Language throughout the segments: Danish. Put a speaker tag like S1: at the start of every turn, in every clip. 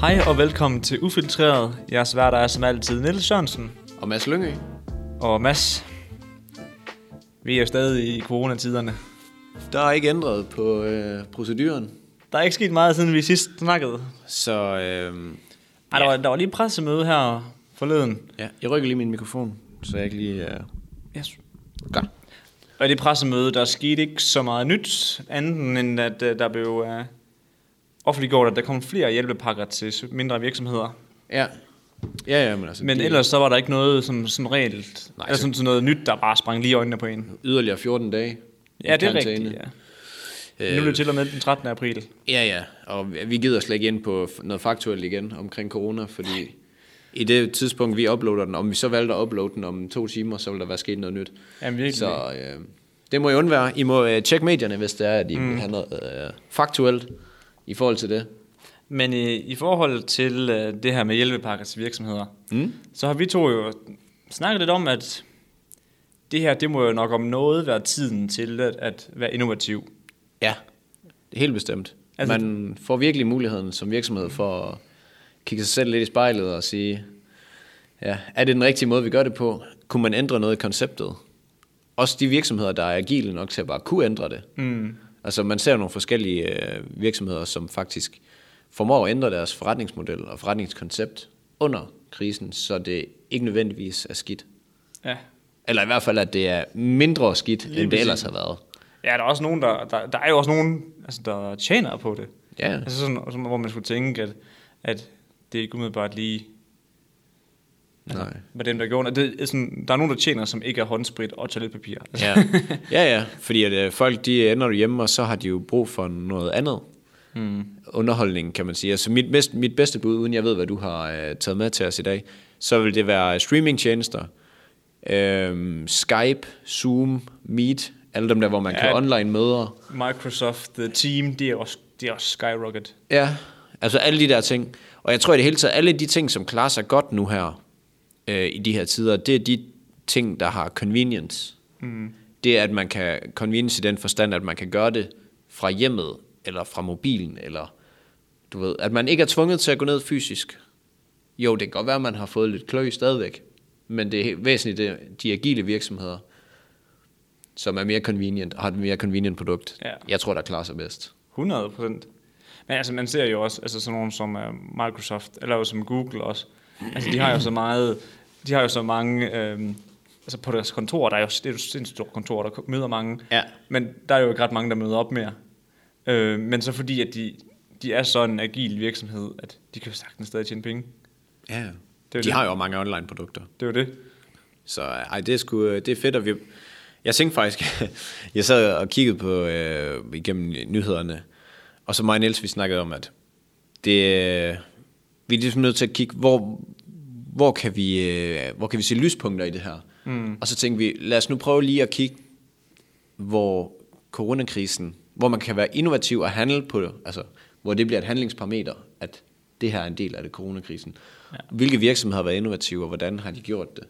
S1: Hej og velkommen til Ufiltreret. Jeres værter er som altid Niels Sørensen
S2: Og Mads Lyngø.
S1: og Mads. Vi er jo stadig i coronatiderne.
S2: Der er ikke ændret på øh, proceduren.
S1: Der er ikke sket meget, siden vi sidst snakkede.
S2: Så øh,
S1: Ej, der, var, der var lige et pressemøde her forleden.
S2: ja, jeg rykker lige min mikrofon, så jeg ikke lige... Øh...
S1: Yes.
S2: Godt.
S1: Og i det pressemøde, der skete ikke så meget nyt, andet end at øh, der blev uh, offentliggjort, at der kom flere hjælpepakker til s- mindre virksomheder.
S2: Ja. Ja, ja, men altså...
S1: Men
S2: de-
S1: ellers så var der ikke noget som, som regelt,
S2: Nej,
S1: Nej, eller
S2: så-
S1: sådan, sådan noget nyt, der bare sprang lige i øjnene på en.
S2: Yderligere 14 dage. i
S1: Ja, det er
S2: karantæne. Øh,
S1: rigtigt, ja. Nu er det til og med den 13. april.
S2: Ja, ja. Og vi- vi gider slet ikke ind på f- noget faktuelt igen omkring corona, fordi i det tidspunkt, vi uploader den, om vi så valgte at uploade den om to timer, så vil der være sket noget nyt.
S1: Jamen, virkelig.
S2: Så øh, det må I undvære. I må øh, tjekke medierne, hvis det er, at I mm. vil have noget øh, faktuelt i forhold til det.
S1: Men i, i forhold til øh, det her med hjælpepakker til virksomheder,
S2: Mm.
S1: så har vi to jo snakket lidt om, at det her, det må jo nok om noget være tiden til at, at være innovativ.
S2: Ja, det er helt bestemt.
S1: Altså-
S2: Altså, Man får virkelig muligheden som virksomhed for at kigge sig selv lidt i spejlet og sige, ja, er det den rigtige måde, vi gør det på? Kunne man ændre noget i konceptet? Også de virksomheder, der er agile nok til at bare kunne ændre det. Mm. Altså man ser jo nogle forskellige øh, virksomheder, som faktisk formår at ændre deres forretningsmodel og forretningskoncept under krisen, så det ikke nødvendigvis er skidt.
S1: Ja.
S2: Eller i hvert fald, at det er mindre skidt, Lige end det
S1: præcis.
S2: ellers har været.
S1: Ja, der er også nogen, der, der, der er jo også nogen, altså, der tjener på det.
S2: Ja, ja.
S1: Altså sådan, som- hvor man skulle tænke, at, at det er ikke umiddelbart lige
S2: Nej.
S1: med dem, der gjorde det. det. er sådan, der er nogen, der tjener, som ikke er håndsprit og toiletpapir. Altså,
S2: Ja. ja, ja, fordi at øh, folk de ender jo hjemme, og så har de jo brug for noget andet. Mm. Underholdning, kan man sige. Altså mit, bedst, mit bedste bud, uden jeg ved, hvad du har øh, taget med til os i dag, så vil det være streamingtjenester, øh, Skype, Zoom, Meet, alle dem der, hvor man
S1: Ja.
S2: ja. kan online møder.
S1: Microsoft, The Team, det er også, det er også skyrocket.
S2: Ja, altså alle de der ting. Og jeg tror i det hele taget, alle de ting, som klarer sig godt nu her, øh, i de her tider, det er de ting, der har convenience. Mm. Det er, at man kan convenience i den forstand, at man kan gøre det fra hjemmet, eller fra mobilen, eller du ved, at man ikke er tvunget til at gå ned fysisk. Jo, det kan godt være, at man har fået lidt klø stadigvæk, men det er helt væsentligt, det er de agile virksomheder, som er mere convenient, og har et mere convenient produkt.
S1: Ja.
S2: Jeg tror, der klarer sig bedst.
S1: 100 procent. Men altså, man ser jo også altså, sådan nogen som uh, Microsoft, eller jo som Google også. Altså, de har jo så meget, de har jo så mange, øhm, altså på deres kontor, der er jo, det er jo sindssygt stort kontor, der møder mange.
S2: Ja.
S1: Men der er jo ikke ret mange, der møder op mere. Øh, men så fordi, at de, de er sådan en agil virksomhed, at de kan jo sagtens stadig tjene penge.
S2: Ja, det
S1: er
S2: de
S1: det.
S2: har jo mange online-produkter.
S1: Det er jo det.
S2: Så øh, ej, det er, sgu, det er fedt, og vi... Jeg tænkte faktisk, jeg sad og kiggede på øh, igennem nyhederne, og så mig og Niels, vi snakkede om, at det, øh, vi er ligesom nødt til at kigge, hvor, hvor, kan, vi, øh, hvor kan vi se lyspunkter i det her? Mm. Og så tænkte vi, lad os nu prøve lige at kigge, hvor coronakrisen, hvor man kan være innovativ og handle på det, altså hvor det bliver et handlingsparameter, at det her er en del af det coronakrisen. Ja. Hvilke virksomheder har været innovative, og hvordan har de gjort det?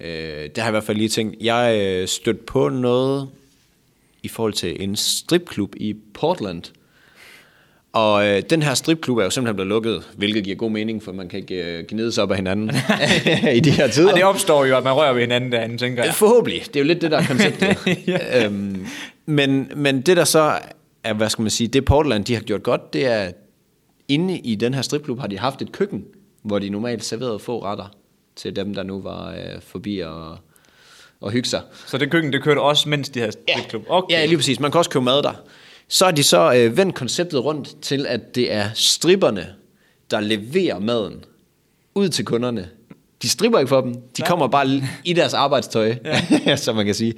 S2: Øh, det har jeg i hvert fald lige tænkt. Jeg øh, stødte på noget i forhold til en stripklub i Portland. Og øh, den her stripklub er jo simpelthen blevet lukket, hvilket giver god mening, for man kan ikke øh, gnide sig op af hinanden i de her tider.
S1: Og det opstår jo, at man rører ved hinanden derinde, tænker jeg.
S2: Forhåbentlig. Det er jo lidt det, der er konceptet. øhm, men, men det, der så er, hvad skal man sige, det Portland, de har gjort godt, det er, inde i den her stripklub har de haft et køkken, hvor de normalt serverede få retter til dem, der nu var øh, forbi og, og hygge sig.
S1: Så det køkken, det kørte også, mens de havde ja. klub. Okay.
S2: Ja, lige præcis. Man kan også købe mad der. Så har de så øh, vendt konceptet rundt til, at det er stripperne, der leverer maden ud til kunderne. De stripper ikke for dem. De kommer bare l- i deres arbejdstøj, ja. som man kan sige,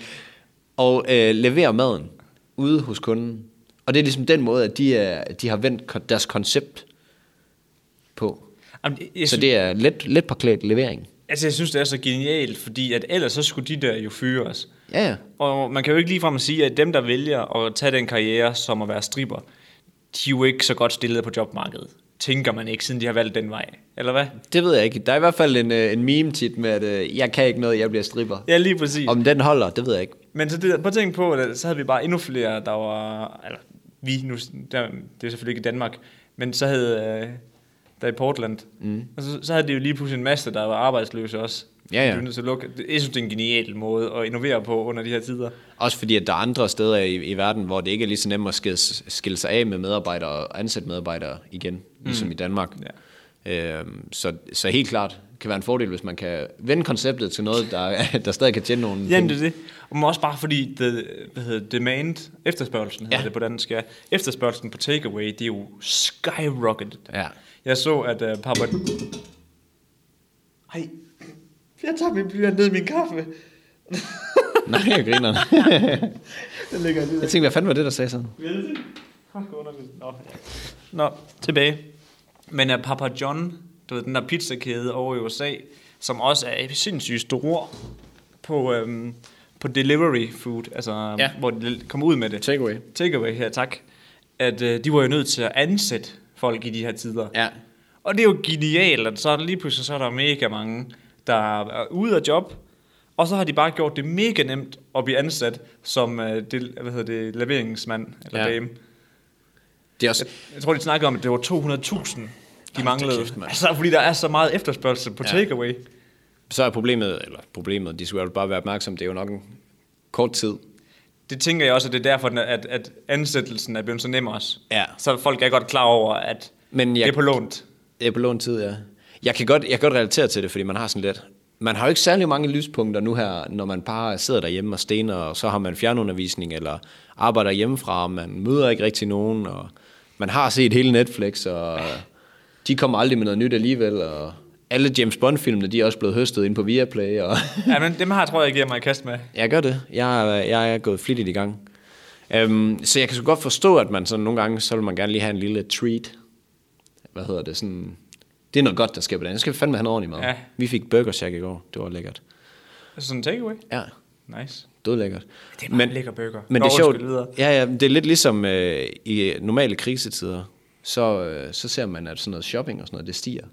S2: og øh, leverer maden ude hos kunden. Og det er ligesom den måde, at de, er, de har vendt kon- deres koncept på.
S1: Jamen, jeg, jeg,
S2: Så
S1: synes,
S2: det er let, let parklet levering.
S1: altså, jeg synes, det er så genialt, fordi at ellers så skulle de der jo fyres.
S2: Ja, ja.
S1: Og man kan jo ikke ligefrem sige, at dem, der vælger at tage den karriere som at være stripper, de er jo ikke så godt stillet på jobmarkedet. tænker man ikke, siden de har valgt den vej, eller hvad?
S2: Det ved jeg ikke. Der er i hvert fald en, øh, en meme tit med, at øh, jeg kan ikke noget, jeg bliver stripper.
S1: Ja, lige præcis.
S2: Om den holder, det ved jeg ikke.
S1: Men så det, der- prøv at tænke på, at så havde vi bare endnu flere, der var... Eller, vi nu, der, det er selvfølgelig ikke i Danmark, men så havde... Øh, der i Portland. Mm. Og så, så havde de jo lige pludselig en masse, der var arbejdsløse også.
S2: Ja, ja.
S1: De var nødt til at lukke. Det- Jeg synes, det er en genial måde at innovere på under de her tider.
S2: Også fordi, at der er andre steder i, i verden, hvor det ikke er lige så nemt at skille, skille sig af med medarbejdere og ansætte medarbejdere igen, ligesom i Danmark. Ja. Øhm, så, så helt klart kan være en fordel, hvis man kan vende konceptet til noget, der, der stadig kan tjene nogle
S1: Jamen,
S2: penge.
S1: det er det. Og men også bare fordi, det, hvad hedder det, demand, efterspørgelsen hedder
S2: Ja.
S1: det på dansk, ja. Efterspørgelsen på takeaway, det er jo skyrocketed.
S2: Ja.
S1: Jeg så, at uh, Papa... Ej, jeg tager min blyant ned i min kaffe.
S2: Nej, jeg griner.
S1: Den ligger lige
S2: jeg tænkte, hvad fanden var det, der sagde sådan?
S1: Nå, Nå, tilbage. Men er Papa John, du ved, den der pizzakæde over i USA, som også er sindssygt store på, øhm, på delivery food, altså
S2: Ja.
S1: ja. hvor de kommer ud med det.
S2: Takeaway.
S1: Takeaway her, tak. At øh, de var jo nødt til at ansætte folk i de her tider.
S2: Ja.
S1: Og det er jo genialt, at så er der lige pludselig så er der mega mange, der er ude af job, og så har de bare gjort det mega nemt at blive ansat som øh, det, hvad hedder det, leveringsmand eller
S2: Ja.
S1: ja. dame.
S2: Det er også,
S1: Jeg tror, de snakkede om, at det var 200.000, de manglede.
S2: kæft, mand.
S1: altså, fordi der er så meget efterspørgsel på
S2: Ja.
S1: ja. takeaway.
S2: så er problemet, eller problemet, de skulle jo bare være opmærksom, det er jo nok en kort tid.
S1: Det tænker jeg også, at det er derfor, den er- at, at ansættelsen er blevet så nem også.
S2: Ja.
S1: Så folk er godt klar over, at
S2: Men jeg-
S1: det er på lånt.
S2: Det er på lånt tid, ja. Jeg kan, godt, jeg kan godt relatere til det, fordi man har sådan lidt... Man har jo ikke særlig mange lyspunkter nu her, når man bare sidder derhjemme og stener, og så har man fjernundervisning, eller arbejder hjemmefra, og man møder ikke rigtig nogen, og man har set hele Netflix, og de kommer aldrig med noget nyt alligevel, og alle James Bond-filmene, de er også blevet høstet ind på Viaplay, og
S1: ja, men dem har tror jeg, jeg giver mig i kast med.
S2: jeg gør det. Jeg, er- jeg er gået flittigt i gang. Øhm, så jeg kan så godt forstå, at man sådan nogle gange, så vil man gerne lige have en lille treat. Hvad hedder det? Sådan, det er noget godt, der sker på den. Jeg skal fandme have noget ordentligt mad.
S1: Ja.
S2: Vi fik Burger Shack i går. Det var lækkert.
S1: Altså sådan en takeaway.
S2: Ja,
S1: Nice.
S2: død lækkert.
S1: Det er en meget lækker burger.
S2: Men
S1: Nå,
S2: det er
S1: undskyld,
S2: sjovt.
S1: videre.
S2: Ja, ja, det er lidt ligesom øh, i normale krisetider. Så, øh, så ser man, at sådan noget shopping og sådan noget, det stiger.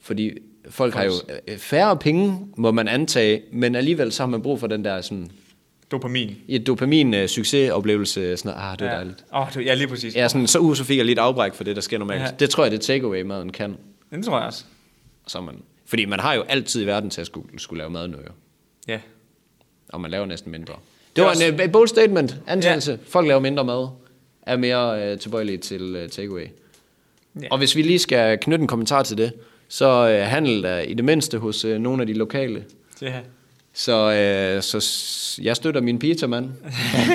S2: Fordi folk har jo øh, færre penge, må man antage, men alligevel så har man brug for den der sådan,
S1: Dopamin.
S2: i et dopamin øh, succesoplevelse, sådan noget, ah, det er ja. dejligt.
S1: Åh, oh, ja, lige præcis. Ja.
S2: Ja, sådan, så uh, så fik jeg lidt afbræk for det, der sker normalt. Ja.
S1: Ja.
S2: Det tror jeg, det takeaway-maden kan.
S1: Den tror jeg også.
S2: Så er man, fordi man har jo altid i verden til at skulle, skulle lave mad nu, jo.
S1: Ja.
S2: og man laver næsten mindre. Det,
S1: Det er
S2: var
S1: også-
S2: en uh, bold statement, antagelse. Ja. Folk laver mindre mad, er mere uh, tilbøjelige til uh, takeaway. Ja.
S1: Ja.
S2: Og hvis vi lige skal knytte en kommentar til det, så uh, handel er i det mindste hos uh, nogle af de lokale.
S1: Det her.
S2: Så, øh, så s- jeg støtter min pizza, mand.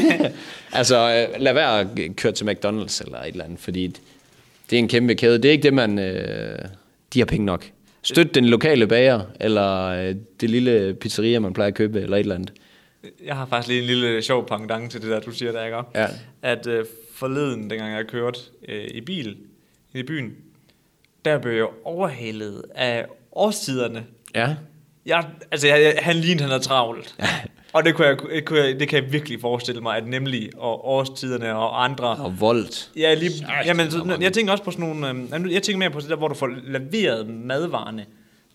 S2: altså, øh, lad være at g- køre til McDonald's eller et eller andet, fordi det er en kæmpe kæde. Det er ikke det, man... Øh, de har penge nok. Støt den lokale bager, eller øh, det lille pizzeria, man plejer at købe, eller et eller andet.
S1: Jeg har faktisk lige en lille øh, sjov pangdang til det der, du siger der, ikke?
S2: Ja.
S1: At øh, forleden, dengang jeg kørte øh, i bil i byen, der blev jeg overhalet af årstiderne.
S2: Ja.
S1: Jeg, altså, jeg, jeg, han lignede, han havde travlt. og det, kunne jeg, det, kunne jeg, det kan jeg virkelig forestille mig, at nemlig og årstiderne og andre...
S2: Og voldt.
S1: Ja, lige, jamen, så, jeg tænker også på sådan nogle... Øh, jamen, jeg tænker mere på det der, hvor du får leveret madvarerne,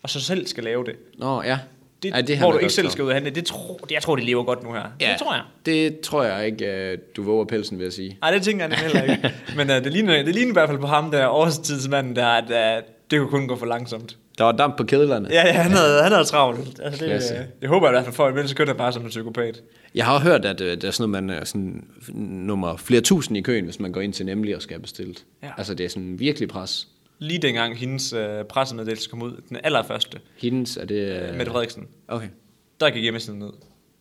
S1: og så selv skal lave det.
S2: Nå, ja.
S1: Det,
S2: Ej,
S1: ja, det
S2: har
S1: hvor du
S2: man
S1: ikke
S2: godt
S1: selv
S2: om.
S1: skal ud og handle, det tror, jeg tror, de lever godt nu her. Ja. Det tror jeg.
S2: Det tror jeg ikke, øh, du våger pelsen ved at sige.
S1: Nej, det tænker jeg nemlig heller ikke. Men uh, det, ligner, det ligner i hvert fald på ham, der årstidsmanden, der, at uh, det kunne kun gå for langsomt.
S2: Der var damp på kedlerne.
S1: Ja, ja han havde, han havde travlt. Altså, det,
S2: Klasse.
S1: øh, jeg håber i hvert fald for, at mens kører han bare som en psykopat.
S2: Jeg har hørt, at øh, der er sådan noget, man er sådan f- nummer flere tusind i køen, hvis man går ind til Nemlig og skal have bestilt. Ja.
S1: Ja.
S2: Altså, det er sådan virkelig pres.
S1: Lige dengang hendes uh, pressemeddelelse kom ud, den allerførste,
S2: Hendes er det...
S1: ja.
S2: Øh...
S1: Mette Frederiksen,
S2: Okay.
S1: der gik hjemmesiden ned.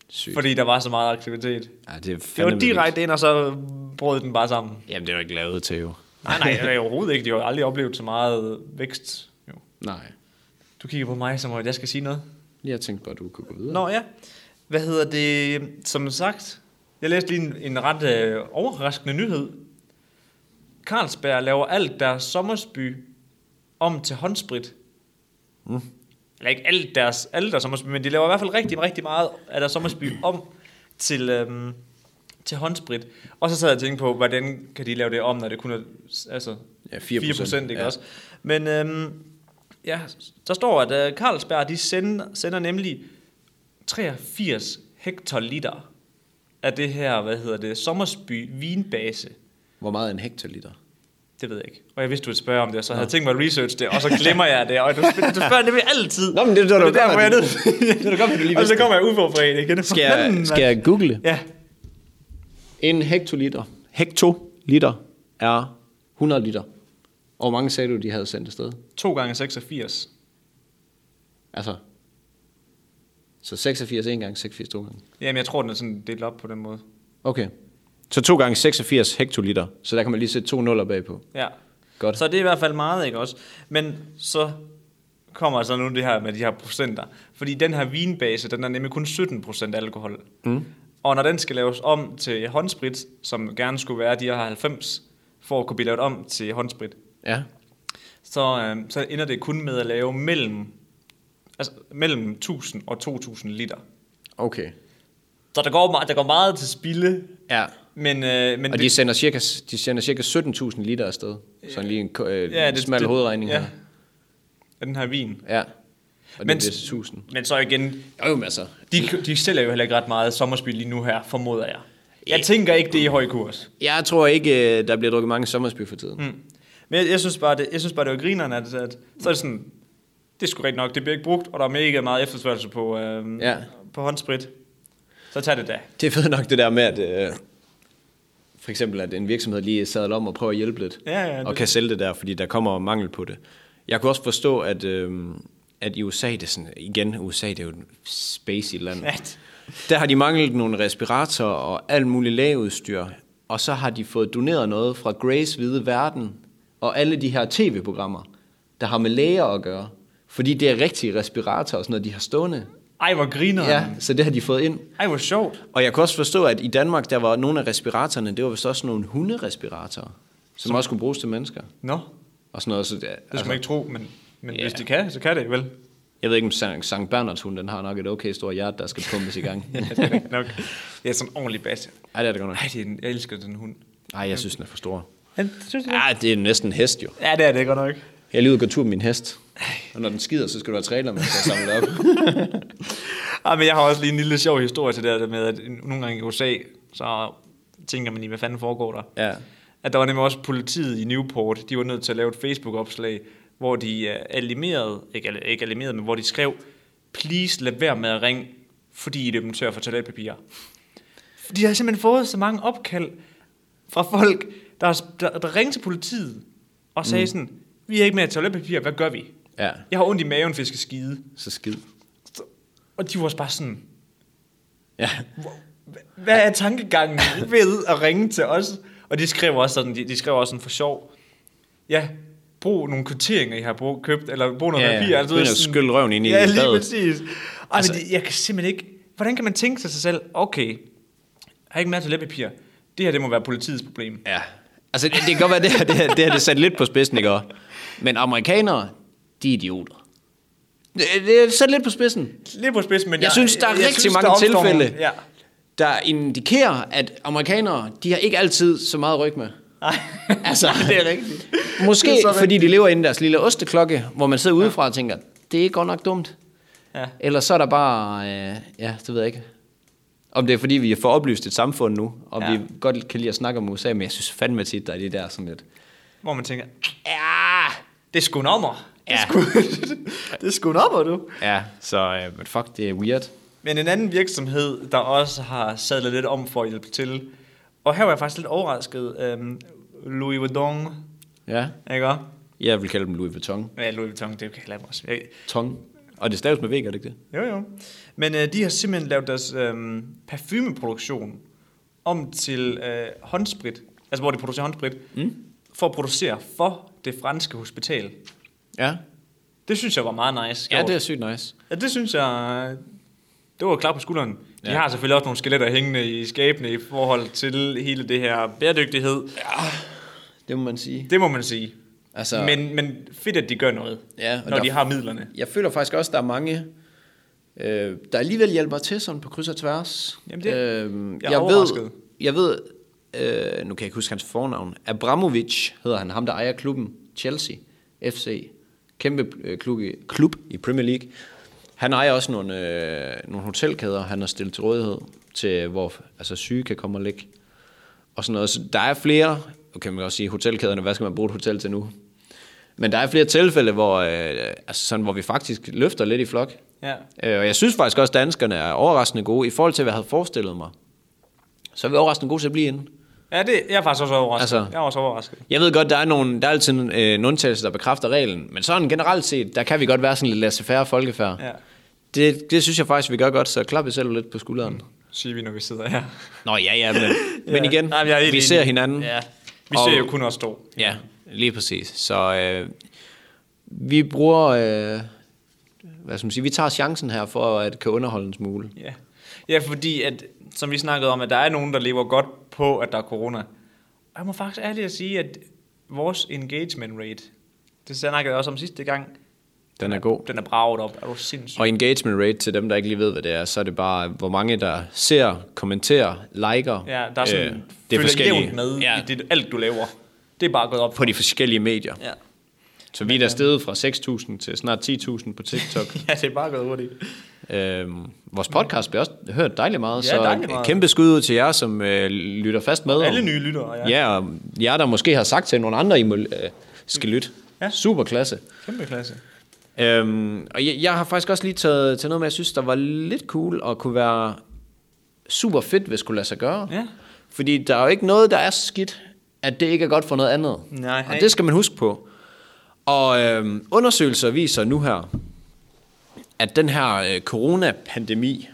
S2: Sygt.
S1: Fordi der var så meget aktivitet.
S2: Ja, det er
S1: Det var
S2: fandeme vildt.
S1: direkte ind, og så brød den bare sammen.
S2: Jamen, det er jo ikke lavet til, jo.
S1: Nej, nej, det er overhovedet ikke. De har aldrig oplevet så meget vækst. Jo.
S2: Nej.
S1: Du kigger på mig, som om jeg skal sige noget.
S2: Jeg tænkte bare, du kunne gå videre.
S1: Nå ja, hvad hedder det? Som sagt, jeg læste lige en, en ret øh, overraskende nyhed. Carlsberg laver alt deres sommersby om til håndsprit. Mm. Eller ikke alt deres, alle deres sommersby, men de laver i hvert fald rigtig, rigtig meget af deres sommersby om til, øhm, til håndsprit. Og så sad jeg og tænkte på, hvordan kan de lave det om, når det kun er altså,
S2: Ja,
S1: 4 procent, ikke ja. også? Men øhm, ja, der står, at øh, Carlsberg de sender, sender nemlig 83 hektoliter af det her, hvad hedder det, Sommersby vinbase.
S2: Hvor meget er en hektoliter?
S1: Det ved jeg ikke. Og jeg vidste, du ville spørge om det, og så havde jeg tænkt mig at research det, og så glemmer jeg det. Og du, spørger- du spørger nemlig altid.
S2: Nå, men det- det var da
S1: Og er
S2: godt,
S1: derfor, jeg
S2: at
S1: er
S2: du-
S1: nødt.
S2: Det var da godt, at du lige
S1: Og så
S2: vidste
S1: kommer jeg uforberedt igen.
S2: Skal jeg, skal jeg google?
S1: Ja,
S2: En hektoliter. Hektoliter er 100 liter. Og hvor mange sagde du, de havde sendt afsted?
S1: 2 gange 86.
S2: Altså, så 86 en gang, 86 to gange.
S1: Jamen, jeg tror, den er sådan delt op på den måde.
S2: Okay. Så to gange 86 hektoliter. Så der kan man lige sætte to nuller bagpå.
S1: Ja.
S2: Godt.
S1: Så det er i hvert fald meget, ikke også? Men så kommer altså nu det her med de her procenter. Fordi den her vinbase, den er nemlig kun 17% alkohol. Mm. Og når den skal laves om til håndsprit, som gerne skulle være de her 90, for at kunne blive lavet om til håndsprit,
S2: Ja.
S1: så, øh, så ender det kun med at lave mellem, altså mellem 1000 og 2000 liter.
S2: Okay.
S1: Så der går, meget- der går meget til spilde,
S2: Ja.
S1: men, øh, men
S2: Og de sender cirka, de sender cirka 17.000 liter afsted. Sådan lige en, ko- øh, ja, det, smal hovedregning
S1: ja,
S2: her.
S1: af den her vin.
S2: Ja. Og det
S1: Men-
S2: er 1000.
S1: Men så igen,
S2: Jo, men altså.
S1: De, de sælger jo heller ikke ret meget sommerspil lige nu her, formoder jeg. Jeg tænker ikke, det er i høj kurs.
S2: Jeg tror ikke, øh, der bliver drukket mange sommersby for tiden. Mm.
S1: Men jeg, jeg, synes, bare, det, jeg synes bare, det var grineren, at, at så er det sådan, det er sgu rigtigt nok, det bliver ikke brugt, og der er mega meget efterspørgsel på, øh,
S2: Ja.
S1: på håndsprit. Så tag det da.
S2: Det er fedt nok det der med, at øh, for eksempel, at en virksomhed lige sadler om og prøver at hjælpe lidt.
S1: Ja, ja,
S2: og
S1: det-
S2: kan sælge det der, fordi der kommer mangel på det. Jeg kunne også forstå, at, øh, at i USA, det er sådan, igen, USA det er jo et space i landet.
S1: Ja.
S2: Der har de manglet nogle respiratorer og alt muligt lægeudstyr, og så har de fået doneret noget fra Grace Hvide Verden og alle de her tv-programmer, der har med læger at gøre. Fordi det er rigtige respiratorer og sådan noget, de har stående.
S1: Ej, hvor grineren.
S2: Ja,
S1: Ja.
S2: så det har de fået ind.
S1: Ej, hvor sjovt.
S2: Og jeg kan også forstå, at i Danmark, der var nogle af respiratorerne, det var vist også nogle hunderespiratorer, som også kunne bruges til mennesker.
S1: Nå,
S2: Og sådan noget. Så, det,
S1: det skal
S2: altså,
S1: man ikke tro, men, men
S2: Ja.
S1: hvis de kan, så kan det vel.
S2: jeg ved ikke, om Sankt, Sankt Bernards hund, den har nok et okay stort hjerte, der skal pumpes i gang.
S1: Ja, det er rigtigt nok. Det er sådan en ordentlig basse.
S2: Ej, det er det godt nok.
S1: Ej, det er en, jeg elsker den hund.
S2: Ej, jeg synes, den er for stor.
S1: Han, synes du det?
S2: Ej, det er næsten en hest jo.
S1: Ja, det er det godt nok.
S2: Jeg er lige ude og gå tur med min hest. Og når den skider, så skal du have trailer med, så samle det op.
S1: Ej, men jeg har også lige en lille sjov historie til det der med, at nogle gange i USA, så tænker man lige, hvad fanden foregår der?
S2: Ja.
S1: At der var nemlig også politiet i Newport, de var nødt til at lave et Facebook-opslag, hvor de øh, alarmerede, ikke, al- ikke alarmerede, men hvor de skrev, please lad være med at ringe, fordi I løber tør for toiletpapir. De har simpelthen fået så mange opkald fra folk, der, der, der ringte til politiet og sagde mm. sådan, vi er ikke med af toiletpapir, hvad gør vi?
S2: ja,
S1: Jeg har ondt i maven, fisk skal skide.
S2: så skid.
S1: Og de var også bare sådan,
S2: Ja.
S1: Hvad er tankegangen ved at ringe til os? Og de skrev også sådan, de, de skrev også sådan for sjov. Ja, brug nogle kvitteringer, I har brug, købt, eller brug noget
S2: Ja,
S1: ja,
S2: ja.
S1: papir. Altså,
S2: Begynd
S1: det er
S2: at
S1: sådan-
S2: skylle røven ind i
S1: Ja, lige
S2: badet.
S1: præcis. Ej, altså, men det, jeg kan simpelthen ikke... Hvordan kan man tænke sig sig selv, okay, har ikke mere toiletpapir? Det her, det må være politiets problem.
S2: ja. Altså, det, det kan godt være, det her, det her, det her det er sat lidt på spidsen, ikke også? Men amerikanere, de er idioter. Det, det er sat lidt på spidsen.
S1: Lidt på spidsen, men
S2: Jeg synes, der er rigtig mange
S1: der opstår
S2: tilfælde.
S1: nogle- Ja.
S2: der indikerer, at amerikanere, de har ikke altid så meget ryg med.
S1: Ej,
S2: Altså,
S1: det er rigtigt.
S2: Måske
S1: Det er så
S2: fordi de lever inde i deres lille osteklokke, hvor man sidder udefra og tænker, det er godt nok dumt.
S1: Ja.
S2: Eller så er der bare, øh, ja, det ved jeg ikke. Om det er fordi, vi får oplyst et samfund nu, og
S1: Ja.
S2: ja. vi godt kan lide at snakke om USA, men jeg synes fandme tit, der er det der sådan lidt.
S1: Hvor man tænker,
S2: Ja,
S1: det er sgu nummer.
S2: Ja.
S1: det er sgu nummer, du.
S2: ja så øh, men fuck, det er weird.
S1: Men en anden virksomhed, der også har sadlet lidt om for at hjælpe til, og her var jeg faktisk lidt overrasket, øhm, Louis Vuitton,
S2: Ja,
S1: ikke også?
S2: jeg vil kalde dem Louis Vuitton.
S1: Ja, Louis Vuitton, det kan jeg lade mig også. Jeg-
S2: Tong. Og det staves med V, gør det ikke det?
S1: Jo, jo. Men øh, de har simpelthen lavet deres øhm, parfumeproduktion om til øh, håndsprit, altså hvor de producerer håndsprit, mm. for at producere for det franske hospital.
S2: Ja.
S1: Det synes jeg var meget nice.
S2: Ja,
S1: gjort.
S2: det er sygt nice.
S1: Ja, det synes jeg, øh, det var klart på skulderen. De ja.
S2: Ja.
S1: har selvfølgelig også nogle skeletter hængende i skabene i forhold til hele det her bæredygtighed.
S2: Det må man sige.
S1: Det må man sige.
S2: Altså-
S1: men, men fedt, at de gør noget,
S2: Ja, og
S1: når
S2: der-
S1: de har midlerne.
S2: jeg føler faktisk også, at der er mange, øh, der alligevel hjælper til sådan på kryds og tværs.
S1: Jamen det-
S2: øh,
S1: overrasket.
S2: Ved, jeg ved, øh, nu kan jeg ikke huske hans fornavn, Abramovic hedder han, ham der ejer klubben Chelsea FC, kæmpe øh, klub, i, klub i Premier League. Han ejer også nogle, øh, nogle hotelkæder, han har stillet til rådighed til, hvor altså, syge kan komme og ligge. Og sådan noget. Så der er flere, okay, man kan også sige hotelkæderne, hvad skal man bruge et hotel til nu? Men der er flere tilfælde, hvor, øh, altså sådan, hvor vi faktisk løfter lidt i flok.
S1: Ja.
S2: Øh, og jeg synes faktisk også, at danskerne er overraskende gode i forhold til, hvad jeg havde forestillet mig. Så er vi overraskende gode til at blive inde.
S1: Ja, det, jeg er faktisk også overrasket.
S2: Altså-
S1: Altså, jeg er også overrasket.
S2: Jeg ved godt, der er, nogle, der er altid en, øh, en undtagelse, der bekræfter reglen, men sådan generelt set, der kan vi godt være sådan lidt laissez-faire folkefærd.
S1: Ja.
S2: Det, det synes jeg faktisk, vi gør godt, så klap jer selv lidt på skulderen.
S1: Siger vi, når vi sidder her.
S2: Nå ja, ja, men, ja. men igen,
S1: Jamen, jeg er helt
S2: vi
S1: enig.
S2: ser hinanden.
S1: Ja. Vi
S2: Og-
S1: ser jo kun os to.
S2: Ja, lige præcis. Så øh, vi bruger, øh, hvad skal man sige, vi tager chancen her for at kan underholde en smule.
S1: Ja. ja, fordi at, som vi snakkede om, at der er nogen, der lever godt på, at der er corona. Og jeg må faktisk ærligt at sige, at vores engagement rate, det snakkede jeg også om sidste gang,
S2: Den er god.
S1: den er braget op. Er du sindssyg?
S2: Og engagement rate til dem, der ikke lige ved, hvad det er, så er det bare, hvor mange der ser, kommenterer, liker.
S1: Ja, der er sådan, øh,
S2: det er forskellige,
S1: jævnt med
S2: ja,
S1: ja. i det, alt, du laver. Det er bare gået op.
S2: på de forskellige medier.
S1: Ja.
S2: Så vi er der steget fra 6.000 til snart 10.000 på TikTok.
S1: ja, det er bare gået hurtigt.
S2: øhm, vores podcast bliver også hørt dejligt meget,
S1: Ja,
S2: så
S1: dejligt meget.
S2: kæmpe skud ud til jer, som øh, lytter fast med.
S1: Alle nye lyttere, ja.
S2: Ja, og jer, der måske har sagt til nogle andre, I må, øh, skal lytte. Ja.
S1: Ja.
S2: Super klasse.
S1: Kæmpe klasse.
S2: Øhm, og jeg, jeg har faktisk også lige taget til noget med, jeg synes, der var lidt cool og kunne være super fedt, hvis det kunne lade sig gøre.
S1: Ja.
S2: Fordi der er jo ikke noget, der er så skidt, at det ikke er godt for noget andet.
S1: Nej.
S2: Og det skal man huske på. Og øhm, undersøgelser viser nu her, at den her øh, coronapandemi,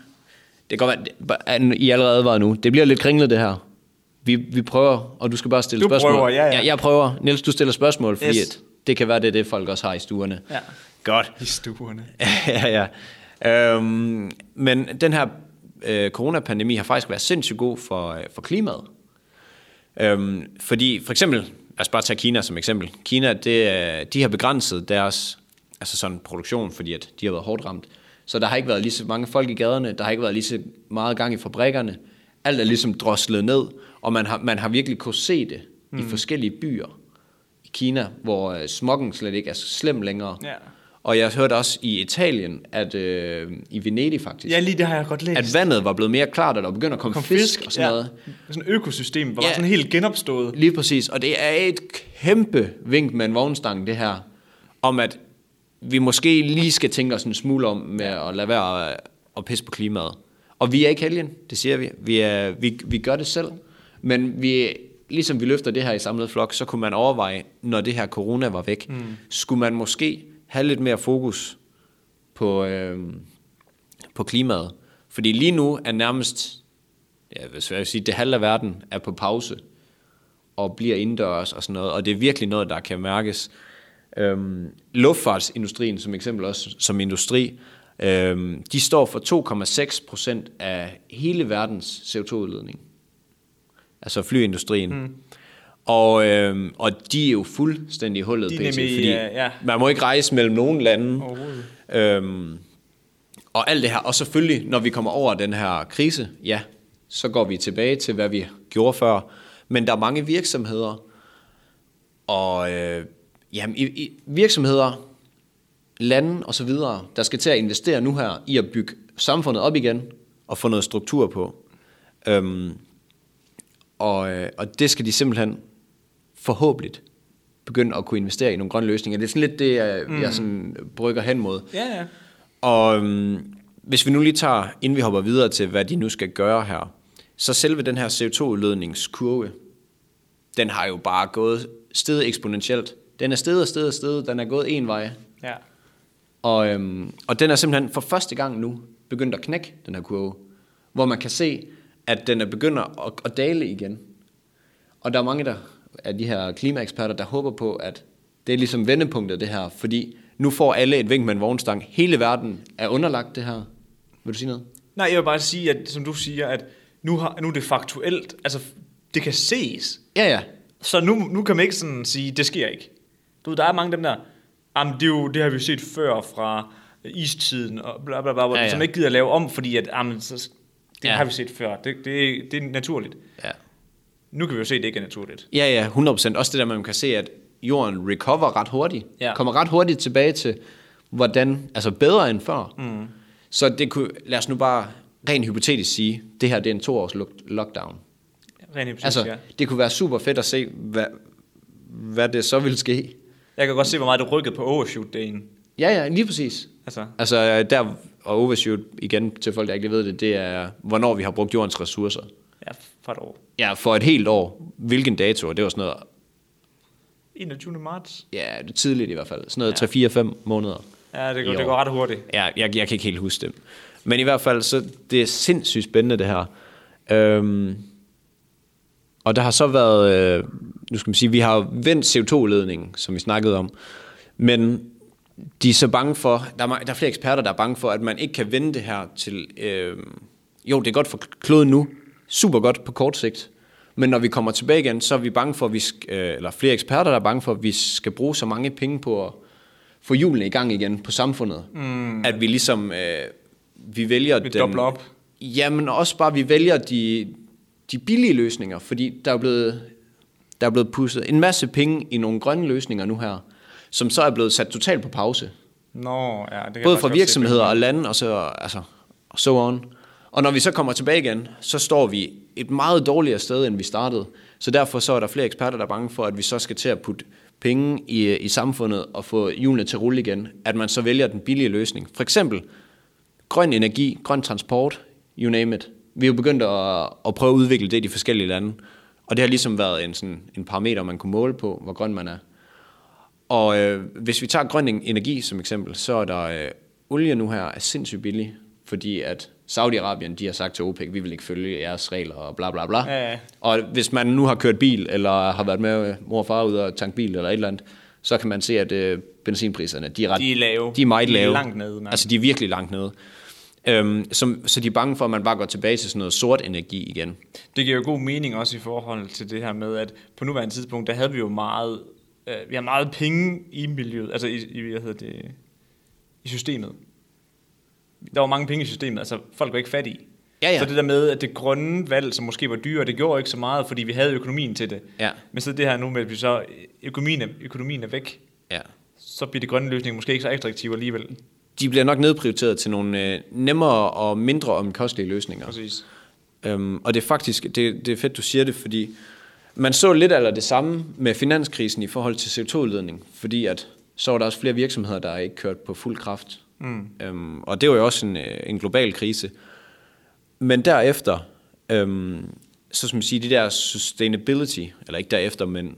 S2: det kan godt være, at I allerede var nu, det bliver lidt kringlet det her. Vi, vi prøver, og du skal bare stille
S1: Du
S2: spørgsmål.
S1: prøver, ja, ja.
S2: Jeg, jeg prøver. Niels, du stiller spørgsmål, fordi yes.
S1: Yes.
S2: at det kan være, det er det, folk også har i stuerne.
S1: Ja.
S2: Godt.
S1: I stuerne.
S2: ja, ja. Øhm, men den her øh, coronapandemi har faktisk været sindssygt god for, øh, for klimaet. Øhm, fordi for eksempel, lad os bare tage Kina som eksempel. Kina, det, øh, de har begrænset deres altså sådan produktion, fordi at de har været hårdt ramt. Så der har ikke været lige så mange folk i gaderne, der har ikke været lige så meget gang i fabrikkerne. Alt er ligesom droslet ned, og man har, man har virkelig kunne se det mm. i forskellige byer i Kina, hvor øh, smoggen slet ikke er så slem længere.
S1: Ja.
S2: Og jeg hørte også i Italien, at øh, i Venedig faktisk,
S1: Ja, lige det har jeg godt læst.
S2: at vandet var blevet mere klart, og der begyndte at komme
S1: Kom
S2: fisk, fisk og sådan
S1: ja.
S2: ja. noget.
S1: Sådan et økosystem, hvor
S2: Ja.
S1: ja. sådan helt genopstået.
S2: Lige præcis, og det er et kæmpe vink med en vognstang, det her, om at vi måske lige skal tænke os en smule om med at lade være at, at pisse på klimaet. Og vi er ikke helgen, det siger vi. Vi, er, vi, vi gør det selv, men vi, ligesom vi løfter det her i samlet flok, så kunne man overveje, når det her corona var væk, mm. skulle man måske have lidt mere fokus på, øh, på klimaet. Fordi lige nu er nærmest, ja, hvis jeg vil sige, det halve af verden er på pause og bliver indendørs og sådan noget, og det er virkelig noget, der kan mærkes. Øhm, luftfartsindustrien som eksempel også, som industri, øhm, de står for 2,6 procent af hele verdens CO2-udledning. Altså flyindustrien. Mm. Og, øhm, og de er jo fuldstændig i hullet,
S1: De er
S2: pt,
S1: nemlig,
S2: fordi
S1: øh, ja.
S2: man må ikke rejse mellem nogen lande.
S1: Overhovedet.
S2: Øhm, og alt det her. Og selvfølgelig, når vi kommer over den her krise, ja, så går vi tilbage til, hvad vi gjorde før. Men der er mange virksomheder, og øh, jamen, i, i virksomheder, lande og så videre, der skal til at investere nu her i at bygge samfundet op igen og få noget struktur på. Øhm, og, øh, og det skal de simpelthen forhåbentlig begynde at kunne investere i nogle grønne løsninger. Det er sådan lidt det, jeg, mm. jeg sådan brygger hen mod.
S1: Ja, ja.
S2: Og øhm, hvis vi nu lige tager, inden vi hopper videre til, hvad de nu skal gøre her, så selve den her CO2-udledningskurve, den har jo bare gået steget eksponentielt. Den er steget og steget og steget, den er gået en vej.
S1: Ja.
S2: Og, øhm, og den er simpelthen for første gang nu begyndt at knække, den her kurve, hvor man kan se, at den er begynder at, at dale igen. Og der er mange der, af de her klimaeksperter, der håber på, at det er ligesom vendepunktet det her, fordi nu får alle et vink med en vognstang. Hele verden er underlagt det her. Vil du sige noget?
S1: Nej, jeg vil bare sige, at som du siger, at nu, har, nu er det faktuelt. Altså, det kan ses.
S2: Ja, ja.
S1: Så nu, nu kan man ikke sådan sige, det sker ikke. Du ved, der er mange af dem der, jamen det, er jo, det har vi jo set før fra øh, istiden, og bla bla bla,
S2: Ja,
S1: ja,
S2: ja.
S1: ja. som ikke gider lave om, fordi at, jamen, så, det
S2: Ja.
S1: ja. har vi set før. Det, det, det er naturligt.
S2: ja.
S1: nu kan vi jo se, at det ikke er naturligt.
S2: Ja, ja, 100%. Også det der, man kan se, at jorden recover ret hurtigt.
S1: Ja.
S2: Kommer ret hurtigt tilbage til, hvordan, altså bedre end før. Mm. Så det kunne, lad os nu bare rent hypotetisk sige, det her det er en toårs luk- lockdown.
S1: Rent hypotetisk,
S2: Altså,
S1: ja.
S2: det kunne være super fedt at se, hvad, hvad det så ville ske.
S1: Jeg kan godt se, hvor meget det rykkede på overshoot-dagen.
S2: Ja, ja, lige præcis.
S1: Altså,
S2: Altså, øh, der, og overshoot igen til folk, der ikke lige ved det, det er, hvornår vi har brugt jordens ressourcer.
S1: ja, for et år.
S2: Ja, for et helt år. Hvilken dato? Det var sådan noget,
S1: 21. marts.
S2: ja, tidligt i hvert fald. Sådan noget ja. 3-4-5 måneder.
S1: Ja, det går,
S2: I
S1: det
S2: år.
S1: går ret hurtigt.
S2: Ja, jeg, jeg kan ikke helt huske det. Men i hvert fald, så det er sindssygt spændende det her. Øhm, og der har så været, øh, nu skal man sige, vi har vendt CO2-ledningen, som vi snakkede om. Men de er så bange for, der er, ma- der er flere eksperter, der er bange for, at man ikke kan vende det her til, øh, jo, det er godt for kloden nu, super godt på kort sigt. Men når vi kommer tilbage igen, så er vi bange for, at vi sk- øh, eller flere eksperter, der er bange for, at vi skal bruge så mange penge på at få hjulene i gang igen på samfundet. Mm. At vi ligesom, øh, vi vælger
S1: Vi dobler op.
S2: Jamen også bare, vi vælger de, de billige løsninger, fordi der er blevet, der er blevet pusset en masse penge i nogle grønne løsninger nu her, som så er blevet sat totalt på pause.
S1: Nå, ja, det kan jeg
S2: Både
S1: faktisk
S2: fra
S1: godt se.
S2: virksomheder og lande, og så altså, og so on. Og når vi så kommer tilbage igen, så står vi et meget dårligere sted, end vi startede. Så derfor så er der flere eksperter, der er bange for, at vi så skal til at putte penge i, i samfundet og få hjulene til at rulle igen. At man så vælger den billige løsning. For eksempel grøn energi, grøn transport, you name it. Vi er jo begyndt at, at prøve at udvikle det i de forskellige lande. Og det har ligesom været en, sådan, en parameter, man kunne måle på, hvor grøn man er. Og øh, hvis vi tager grøn en- energi som eksempel, så er der øh, olie nu her er sindssygt billig, fordi at Saudi-Arabien, de har sagt til OPEC, vi vil ikke følge jeres regler og bla bla bla.
S1: Ja, ja.
S2: Og hvis man nu har kørt bil, eller har været med øh, mor og far ud og tanke bil eller et eller andet, så kan man se, at øh, benzinpriserne, de er ret
S1: De er lave.
S2: De er meget
S1: De er
S2: lave.
S1: langt nede, nærmest.
S2: Altså, de er virkelig langt nede. Øhm, som, så de er bange for, at man bare går tilbage til sådan noget sort energi igen.
S1: Det giver jo god mening også i forhold til det her med, at på nuværende tidspunkt, der havde vi jo meget, øh, vi har meget penge i miljøet, altså i, i, hvad hedder det, i systemet. Der var mange penge i systemet, altså folk var ikke fattige.
S2: Ja, ja.
S1: Så det der med, at det grønne valg, som måske var dyrere, det gjorde ikke så meget, fordi vi havde økonomien til det.
S2: Ja.
S1: Men så det her nu med, at vi så, økonomien er, økonomien er væk,
S2: Ja.
S1: så bliver de grønne løsninger måske ikke så attraktive alligevel.
S2: de bliver nok nedprioriteret til nogle øh, nemmere og mindre omkostelige løsninger.
S1: Præcis.
S2: Øhm, og det er faktisk, det, det er fedt, du siger det, fordi man så lidt eller det samme med finanskrisen i forhold til CO2-udledning, fordi at så var der også flere virksomheder, der ikke kørte på fuld kraft. Mm. Øhm, og det var jo også en, øh, en global krise. Men derefter, øhm, så som man siger, de der sustainability, eller ikke derefter, men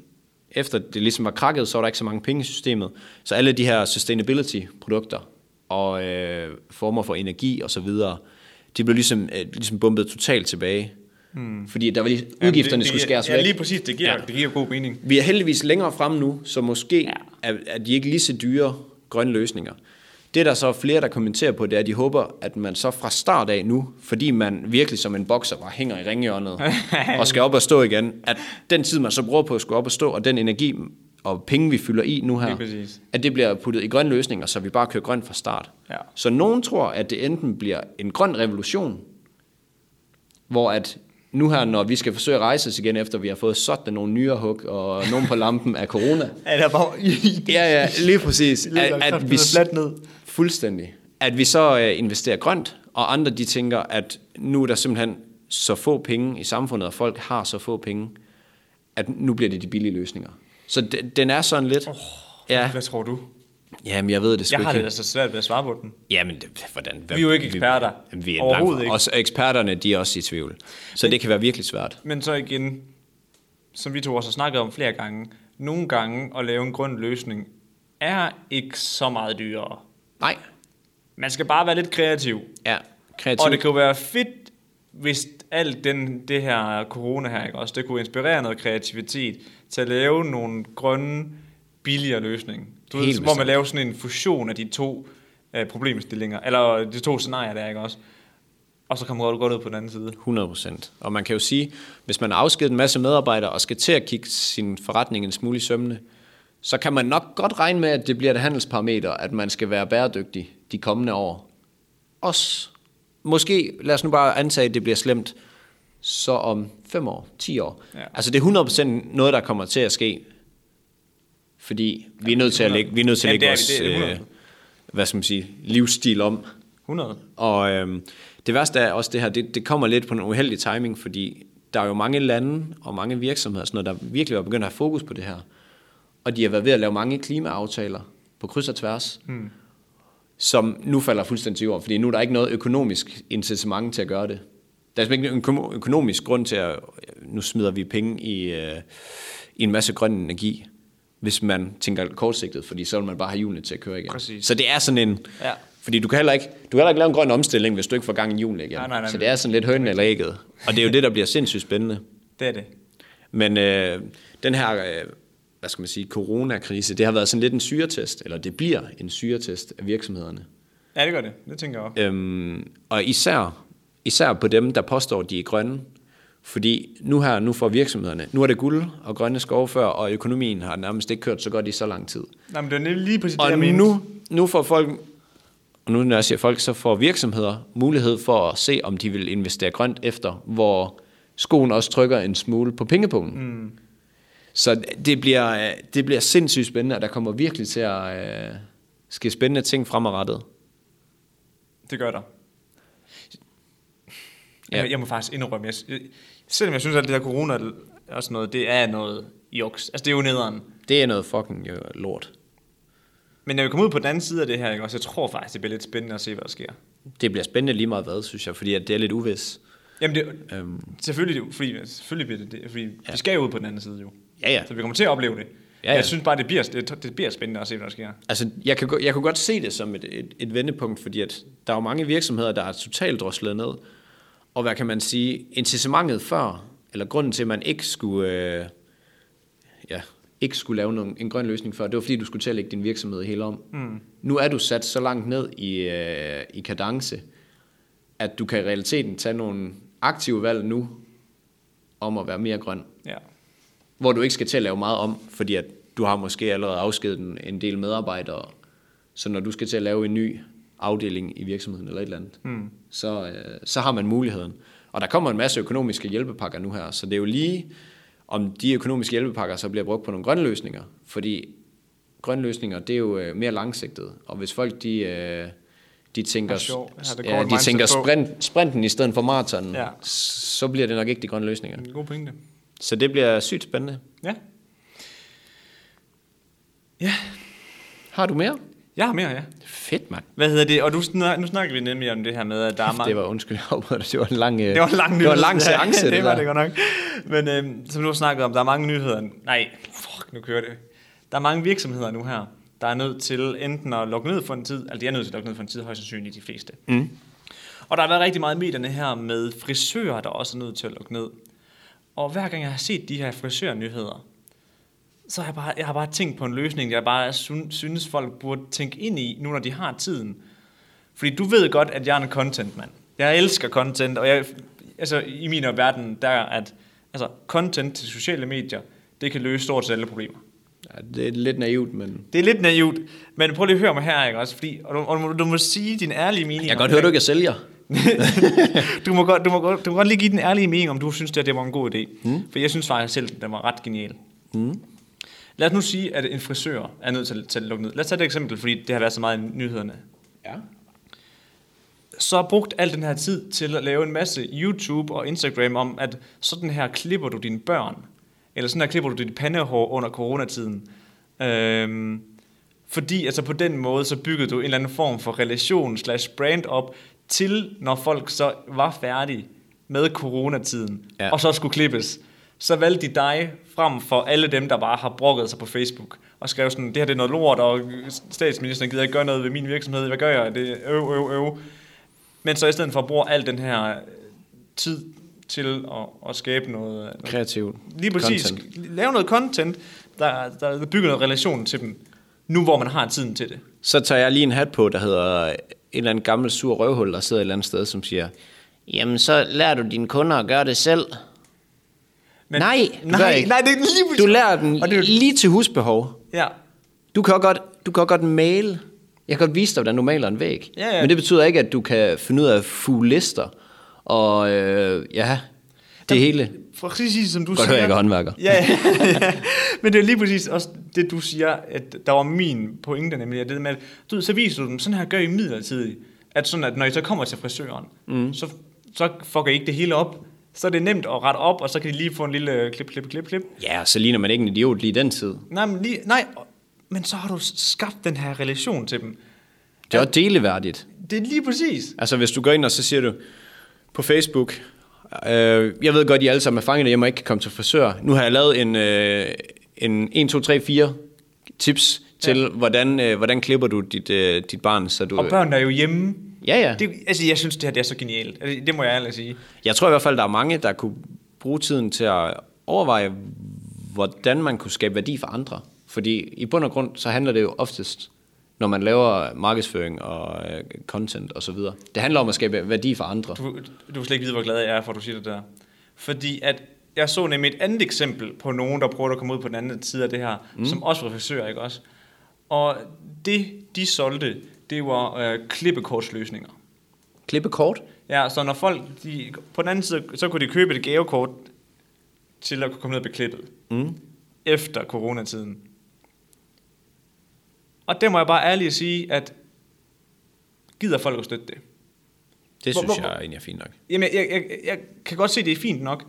S2: efter det ligesom var krakket, så var der ikke så mange penge i systemet. Så alle de her sustainability-produkter og øh, former for energi og så videre, de blev ligesom, øh, ligesom bumpet totalt tilbage. Hmm. Fordi der var lige, udgifterne
S1: det, det
S2: skulle
S1: giver-
S2: skæres
S1: Ja,
S2: væk.
S1: lige præcis. Det giver,
S2: Ja.
S1: ja. det giver god mening.
S2: Vi er heldigvis længere frem nu, så måske ja. er, er de ikke lige så dyre grønne løsninger. Det, der så er flere, der kommenterer på, det er, at de håber, at man så fra start af nu, fordi man virkelig som en bokser bare hænger i ringhjørnet og skal op og stå igen, at den tid, man så bruger på at skulle op og stå, og den energi og penge, vi fylder i nu her,
S1: Lige præcis.
S2: at det bliver puttet i grønne løsninger, så vi bare kører grønt fra start.
S1: Ja.
S2: Så nogen tror, at det enten bliver en grøn revolution, hvor at nu her, når vi skal forsøge at rejse os igen, efter vi har fået sådan nogle nyrehug og nogen på lampen af corona.
S1: Ja, der bare,
S2: Ja, ja, lige præcis. At,
S1: ligger
S2: at vi
S1: kraftedeme fladt ned.
S2: Fuldstændig. At vi så øh, investerer grønt, og andre de tænker, at nu er der simpelthen så få penge i samfundet, og folk har så få penge, at nu bliver det de billige løsninger. Så de, den er sådan lidt... Oh, ja,
S1: Hvad tror du?
S2: jamen jeg ved det sgu
S1: Jeg har
S2: ikke.
S1: det altså svært ved at svare på den.
S2: Jamen, det- hvordan? Hvad,
S1: Vi er jo ikke eksperter.
S2: Vi, vi er
S1: Overhovedet
S2: langt,
S1: ikke.
S2: ikke. Og så eksperterne, de er også i tvivl. Så Men, det kan være virkelig svært.
S1: Men så igen, som vi to også har snakket om flere gange, nogle gange at lave en grøn løsning er ikke så meget dyrere.
S2: Nej.
S1: Man skal bare være lidt kreativ.
S2: Ja, kreativt.
S1: Og det kunne være fedt, hvis alt den, det her corona her, ikke? også det kunne inspirere noget kreativitet til at lave nogle grønne, billigere løsninger. Du
S2: Helt
S1: ved, hvor man
S2: bestemt.
S1: laver sådan en fusion af de to øh, problemstillinger, eller de to scenarier der, ikke også? Og så kommer du godt ud på den anden side.
S2: 100 procent. Og man kan jo sige, hvis man har afskedet en masse medarbejdere og skal til at kigge sin forretning en smule i sømne, så kan man nok godt regne med, at det bliver et handelsparameter, at man skal være bæredygtig de kommende år. Også, måske, lad os nu bare antage, at det bliver slemt, så om 5 år, 10 år.
S1: Ja.
S2: Ja. Altså det er 100% noget, der kommer til at ske. Fordi vi er nødt til at
S1: 100.
S2: lægge, vi er nødt til at
S1: Jamen,
S2: lægge
S1: det er vi,
S2: vores
S1: det er
S2: øh,
S1: 100.
S2: hvad skal man sige, livsstil om.
S1: 100.
S2: Og øhm, det værste er også det her, det, det kommer lidt på en uheldig timing, fordi der er jo mange lande og mange virksomheder, og sådan noget, der virkelig var begyndt at have fokus på det her. Og de har været ved at lave mange klimaaftaler på kryds og tværs, mm. som nu falder fuldstændig til jorden, fordi nu er der ikke noget økonomisk incitament til at gøre det. Der er simpelthen ikke en øko- økonomisk grund til, at nu smider vi penge i, øh, i en masse grøn energi, hvis man tænker kortsigtet, fordi så vil man bare have hjulene til at køre igen.
S1: Præcis.
S2: Så det er sådan en...
S1: Ja.
S2: Fordi du kan, heller ikke, du kan heller ikke lave en grøn omstilling, hvis du ikke får gang i julen igen.
S1: Nej, nej, nej.
S2: Så det er sådan lidt hønen eller ægget. Og det er jo det, der bliver sindssygt spændende.
S1: Det er det.
S2: Men øh, den her, øh, hvad skal man sige, coronakrise, det har været sådan lidt en syretest, eller det bliver en syretest af virksomhederne.
S1: Ja, det gør det. Det tænker jeg også.
S2: Øhm, og især, især på dem, der påstår, de er grønne. Fordi nu her, nu får virksomhederne, nu er det guld og grønne skove før, og økonomien har nærmest ikke kørt så godt i så lang tid.
S1: Nej, men det var nemlig lige præcis det,
S2: Og
S1: jeg mente.
S2: nu, nu får folk, og nu når jeg siger folk, så får virksomheder mulighed for at se, om de vil investere grønt efter, hvor skoen også trykker en smule på pengepunkten. Mm. Så det bliver, øh, det bliver sindssygt spændende, og der kommer virkelig til at øh, ske spændende ting fremadrettet.
S1: Det gør der.
S2: Ja.
S1: Ja. Jeg, jeg må faktisk indrømme, jeg, jeg, selvom jeg synes, at det der corona og sådan noget, det er noget juks. Altså, det er jo nederen.
S2: Det er noget fucking øh, lort.
S1: Men når vi kommer ud på den anden side af det her, ikke, også, jeg tror faktisk, det bliver lidt spændende at se, hvad der sker.
S2: Det bliver spændende lige meget hvad, synes jeg, fordi at det er lidt uvis.
S1: Jamen, det,
S2: Øhm.
S1: selvfølgelig, det, fordi, selvfølgelig bliver det det, fordi ja. vi skal jo ud på den anden side jo.
S2: Ja, ja.
S1: Så vi kommer til at opleve det. Ja,
S2: ja.
S1: ja. Jeg synes bare, det bliver, det, det bliver spændende at se, hvad der sker.
S2: Altså, jeg kan, go- jeg kunne godt se det som et, et, et vendepunkt, fordi at der er jo mange virksomheder, der er totalt droslet ned. Og hvad kan man sige, incitamentet før, eller grunden til, at man ikke skulle, øh, ja, ikke skulle lave nogen, en grøn løsning før, det var fordi, du skulle til at lægge din virksomhed helt om. Mm. Nu er du sat så langt ned i, øh, i kadence, at du kan i realiteten tage nogle aktive valg nu, om at være mere grøn
S1: Ja.
S2: hvor du ikke skal til at lave meget om, fordi at du har måske allerede afskedet en, en del medarbejdere. Så når du skal til at lave en ny afdeling i virksomheden eller et eller andet, mm. så, øh, så har man muligheden. Og der kommer en masse økonomiske hjælpepakker nu her, så det er jo lige, om de økonomiske hjælpepakker så bliver brugt på nogle grønne løsninger, fordi grønne løsninger, det er jo øh, mere langsigtet. Og hvis folk, de, øh, de tænker,
S1: Har sjov- har det
S2: ja,
S1: korte
S2: de
S1: mindset
S2: tænker
S1: på.
S2: sprint, sprinten i stedet for maratonen,
S1: Ja.
S2: ja. så bliver det nok ikke de grønne løsninger.
S1: En god pointe.
S2: Så det bliver sygt spændende.
S1: Ja.
S2: Har du mere?
S1: Jeg har mere, ja.
S2: Fedt, mand.
S1: Hvad hedder det? Og du, snak- nu snakker vi nemlig om det her med, at der er mange...
S2: Det var, undskyld, jeg afbrød dig. det var en lang, øh,
S1: Det var en lang nyhed.
S2: det var en lang
S1: Ja,
S2: seance,
S1: det,
S2: det,
S1: var
S2: der.
S1: det godt nok. Men øh, som du har snakket om, der er mange nyheder. Nej, fuck, nu kører det. Der er mange virksomheder nu her, der er nødt til enten at lukke ned for en tid, altså de er nødt til at lukke ned for en tid, højst sandsynligt de fleste. Mm. Og der har været rigtig meget i medierne her med frisører, der også er nødt til at lukke ned. Og hver gang jeg har set de her frisørnyheder, så har jeg bare, jeg har bare tænkt på en løsning, jeg bare syn- synes, folk burde tænke ind i, nu når de har tiden. Fordi du ved godt, at jeg er en content, mand. Jeg elsker content, og jeg, altså, i min verden, der er, at altså, content til sociale medier, det kan løse stort set alle problemer.
S2: Ja, det er lidt naivt, men...
S1: Det er lidt naivt, men prøv lige at høre mig her, ikke også? Fordi, og du, og du, må- du må sige din ærlige mening. om
S2: Jeg kan godt
S1: det
S2: høre, du ikke er sælger.
S1: du, må godt, du, må godt, du må godt lige give den ærlige mening, om du synes, det, her, det var en god idé. Mm. For jeg synes faktisk selv, den var ret genial. Mm. Lad os nu sige, at en frisør er nødt til, til at lukke ned. Lad os tage et eksempel, fordi det har været så meget i nyhederne.
S2: Ja.
S1: Så har brugt al den her tid til at lave en masse YouTube og Instagram om, at sådan her klipper du dine børn. Eller sådan her klipper du dit pandehår under coronatiden. Øhm, fordi altså på den måde, så byggede du en eller anden form for relation slash brand op til, når folk så var færdige med coronatiden,
S2: Ja.
S1: ja. og så skulle klippes. Så valgte de dig frem for alle dem, der bare har brokket sig på Facebook, og skrev sådan, det her det er noget lort, og statsministeren gider ikke gøre noget ved min virksomhed, hvad gør jeg? Det er øv, øv, øv. Men så i stedet for bruger al den her øh, tid til at, at skabe noget, øh, noget
S2: Kreativt.
S1: Lige præcis.
S2: Content.
S1: Content. Lave noget content, der, der bygger noget relation til dem, nu hvor man har tiden til det.
S2: Så tager jeg lige en hat på, der hedder en eller anden gammel sur røvhul, der sidder et eller andet sted, som siger, jamen så lærer du dine kunder at gøre det selv.
S1: Men,
S2: Nej, du gør
S1: nej,
S2: ikke.
S1: nej, det er lige præcis.
S2: Du lærer dem
S1: Og det er jo-
S2: lige til husbehov.
S1: Ja,
S2: Du kan også godt, du kan også godt male. Jeg kan godt vise dig, hvordan du maler en væg.
S1: Ja, ja.
S2: Men det betyder ikke, at du kan finde ud af at fuge lister. Og øh, ja, Det hele.
S1: Præcis som du
S2: Godt høre, jeg er håndværker.
S1: Ja, ja. men det er lige præcis også det, du siger, at der var min pointe, nemlig at det med, at du, ved, så viser du dem, sådan her gør I midlertidigt, at sådan at når I så kommer til frisøren, mm. så, så fucker I ikke det hele op, så er det nemt at rette op, og så kan de lige få en lille øh, klip, klip, klip, klip.
S2: Ja, så ligner man ikke en idiot lige i den tid.
S1: Nej, men, lige, nej, og- men så har du skabt den her relation til dem.
S2: Det er også deleværdigt.
S1: Det er lige præcis.
S2: Altså hvis du går ind og så siger du på Facebook, øh, jeg ved godt, I alle sammen er fanget hjemme og ikke kan komme til frisør. Nu har jeg lavet en, øh, en 1, 2, 3, 4 tips til, ja. hvordan, øh, hvordan klipper du dit, øh, dit barn, så du... øh,
S1: Og børn er jo hjemme.
S2: Ja, ja.
S1: Det, altså, jeg synes, det her det er så genialt. Altså, Det må jeg ærligt sige.
S2: Jeg tror i hvert fald, der er mange, der kunne bruge tiden til at overveje, hvordan man kunne skabe værdi for andre. Fordi i bund og grund, så handler det jo oftest, når man laver markedsføring og øh, content og så videre. Det handler om at skabe værdi for andre.
S1: Du, du vil slet ikke vide, hvor glad jeg er for, at du siger det der. Fordi at jeg så nemlig et andet eksempel på nogen, der prøvede at komme ud på den anden side af det her, mm. som også var frisører, ikke også? Og det, de solgte, det var øh, klippekortsløsninger.
S2: Klippe kort.
S1: Ja, så når folk, de, på den anden side, så kunne de købe et gavekort til at kunne komme ned og blive klippet.
S2: Mm.
S1: Efter coronatiden. Og det må jeg bare ærligt sige, at gider folk at støtte det?
S2: Det
S1: Hvor-
S2: synes
S1: hvor-
S2: jeg egentlig er fint nok.
S1: Jamen, jeg, jeg, jeg kan godt se, det er fint nok.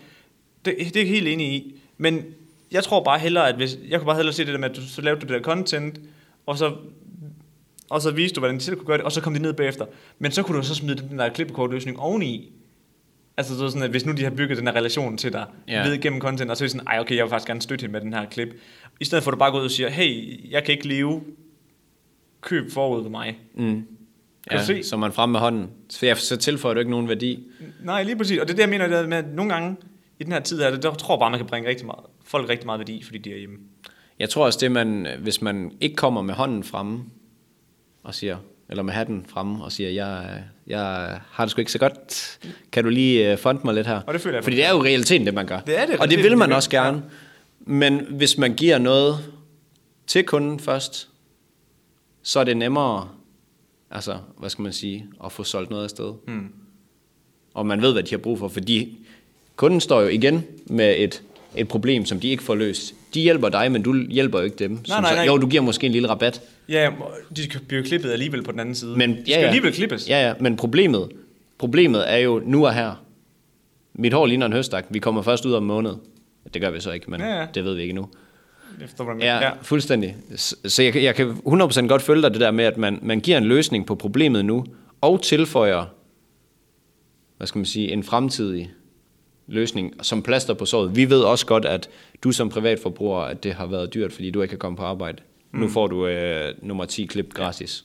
S1: Det, det er jeg helt enig i. Men jeg tror bare hellere, at hvis... Jeg kunne bare hellere se det der med, at du, så lavede du det der content, og så, og så viste du, hvordan de selv kunne gøre det, og så kom de ned bagefter. Men så kunne du så smide den der klippekortløsning oveni. Altså så sådan, at hvis nu de har bygget den her relation til dig,
S2: Ja.
S1: ja. ved gennem content, og så er det sådan, ej okay, jeg vil faktisk gerne støtte hende med den her klip. I stedet for at du bare går ud og siger, hey, jeg kan ikke leve, køb forud ved mig. Kan
S2: Ja,
S1: du se?
S2: Så man frem med hånden. Så, ja, så tilføjer du ikke nogen værdi.
S1: Nej, lige præcis. Og det er det, jeg mener det er med, at nogle gange i den her tid her, det- der tror jeg bare, man kan bringe rigtig meget, folk rigtig meget værdi, fordi de er hjemme.
S2: Jeg tror også, det man, hvis man ikke kommer med hånden fremme og siger, eller med hatten fremme og siger, jeg, jeg har det sgu ikke så godt. Kan du lige øh, fonde mig lidt her?
S1: Og det føler jeg
S2: Fordi det er jo realiteten, det man gør.
S1: Det er det,
S2: og det vil
S1: realiteten,
S2: man
S1: det
S2: også
S1: gør.
S2: gerne. Men hvis man giver noget til kunden først, så er det nemmere, altså, hvad skal man sige, at få solgt noget afsted. Mm. Og man ved, hvad de har brug for, fordi kunden står jo igen med et, et problem, som de ikke får løst. De hjælper dig, men du hjælper jo ikke dem. som
S1: nej,
S2: så-
S1: nej.
S2: Jo, du giver måske en lille rabat.
S1: Ja, og de kan blive klippet alligevel på den anden side.
S2: Men,
S1: de skal alligevel klippes.
S2: Ja, ja, men problemet, problemet er jo nu og her. Mit hår ligner en høstak. Vi kommer først ud om en måned. Det gør vi så ikke, men
S1: Ja,
S2: ja,
S1: ja.
S2: ja. det ved vi ikke endnu.
S1: Efter, hvordan,
S2: Ja, ja. fuldstændig. Så så jeg, kan- jeg kan 100% godt følge dig det der med, at man, man giver en løsning på problemet nu, og tilføjer, hvad skal man sige, en fremtidig løsning som plaster på såret. Vi ved også godt, at du som privatforbruger, at det har været dyrt, fordi du ikke kan komme på arbejde. Mm. Nu får du øh, nummer 10 klip gratis.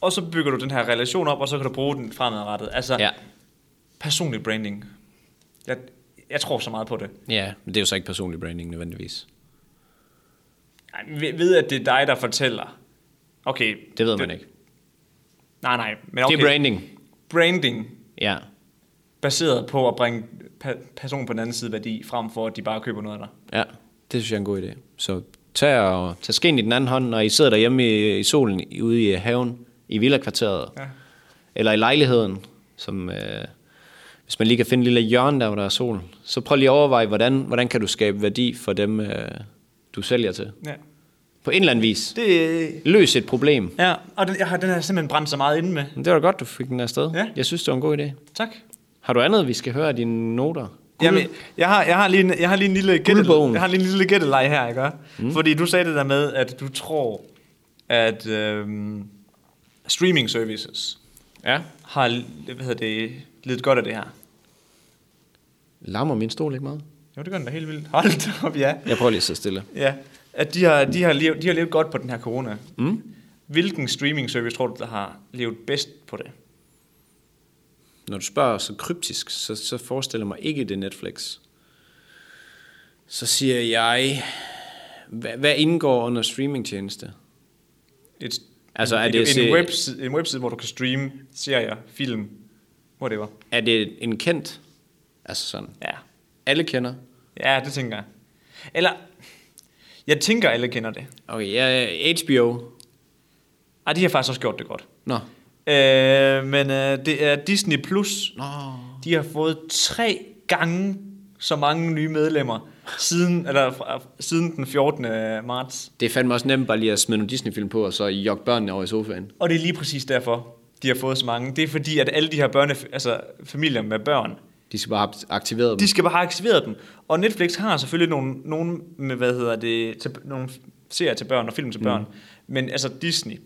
S1: Og så bygger du den her relation op, og så kan du bruge den fremadrettet. Altså,
S2: Ja.
S1: personlig branding. Jeg, jeg tror så meget på det.
S2: ja, men det er jo så ikke personlig branding nødvendigvis.
S1: Ej, Ved, ved, at det er dig, der fortæller. Okay.
S2: Det ved man ikke.
S1: Nej, nej. Men
S2: Okay.
S1: okay.
S2: Det er branding.
S1: branding
S2: Ja,
S1: baseret på at bringe pa- personen på den anden side værdi, frem for at de bare køber noget af dig.
S2: Ja, det synes jeg er en god idé. Så tag, og, tag skeen i den anden hånd, når I sidder derhjemme i, i solen i- ude i haven, i villakvarteret,
S1: Ja.
S2: eller i lejligheden, som, øh, hvis man lige kan finde en lille hjørne der, hvor der er sol, så prøv lige at overveje, hvordan, hvordan kan du skabe værdi for dem, øh, du sælger til.
S1: Ja.
S2: På en eller anden vis.
S1: Det,
S2: Løs et problem.
S1: Ja, og den, jeg har, den har simpelthen brændt så meget inde med.
S2: Men Det var godt, du fik den afsted.
S1: Ja.
S2: Jeg synes, det var en god idé.
S1: Tak.
S2: Har du andet, vi skal høre af dine noter? Guld.
S1: Jamen, jeg har, jeg har, lige, en, jeg har lige en lille gætte,
S2: Guldbogen.
S1: jeg har lige en lille gætteleg her, ikke? Mm. Fordi du sagde det der med, at du tror, at øhm, streaming services
S2: ja.
S1: har hvad hedder det, lidt godt af det her.
S2: Lammer min stol ikke meget?
S1: Jo, det gør den da helt vildt. Hold da op, ja.
S2: Jeg prøver lige at sidde stille.
S1: ja. At de har, de, har levet, de har levet godt på den her corona. Mm. Hvilken streaming service tror du, der har levet bedst på det?
S2: Når du spørger så kryptisk, så, så forestiller jeg mig ikke det er Netflix. Så siger jeg, hvad, hvad indgår under streamingtjeneste?
S1: Et,
S2: Altså, er
S1: en,
S2: det
S1: en,
S2: se-
S1: en, webside, en webside, hvor du kan streame serier, film, whatever.
S2: Er det en kendt? Altså sådan,
S1: Ja.
S2: alle kender.
S1: Ja, det tænker jeg. Eller, jeg tænker, alle kender det.
S2: Okay, ja, HBO.
S1: Ej, de har faktisk også gjort det godt.
S2: Nå.
S1: Øh, men øh, det er Disney+. Plus.
S2: Nå.
S1: De har fået tre gange så mange nye medlemmer siden, eller, fra- siden den 14. marts.
S2: Det er fandme også nemt bare lige at smide nogle Disney-film på, og så jogge børnene over i sofaen.
S1: Og det er lige præcis derfor, de har fået så mange. Det er fordi, at alle de her børne, altså familier med børn,
S2: De skal bare have aktiveret dem.
S1: De skal bare have aktiveret dem. Og Netflix har selvfølgelig nogle, nogle med, hvad hedder det, til, nogle serier til børn og film til børn. Mm. Men altså Disney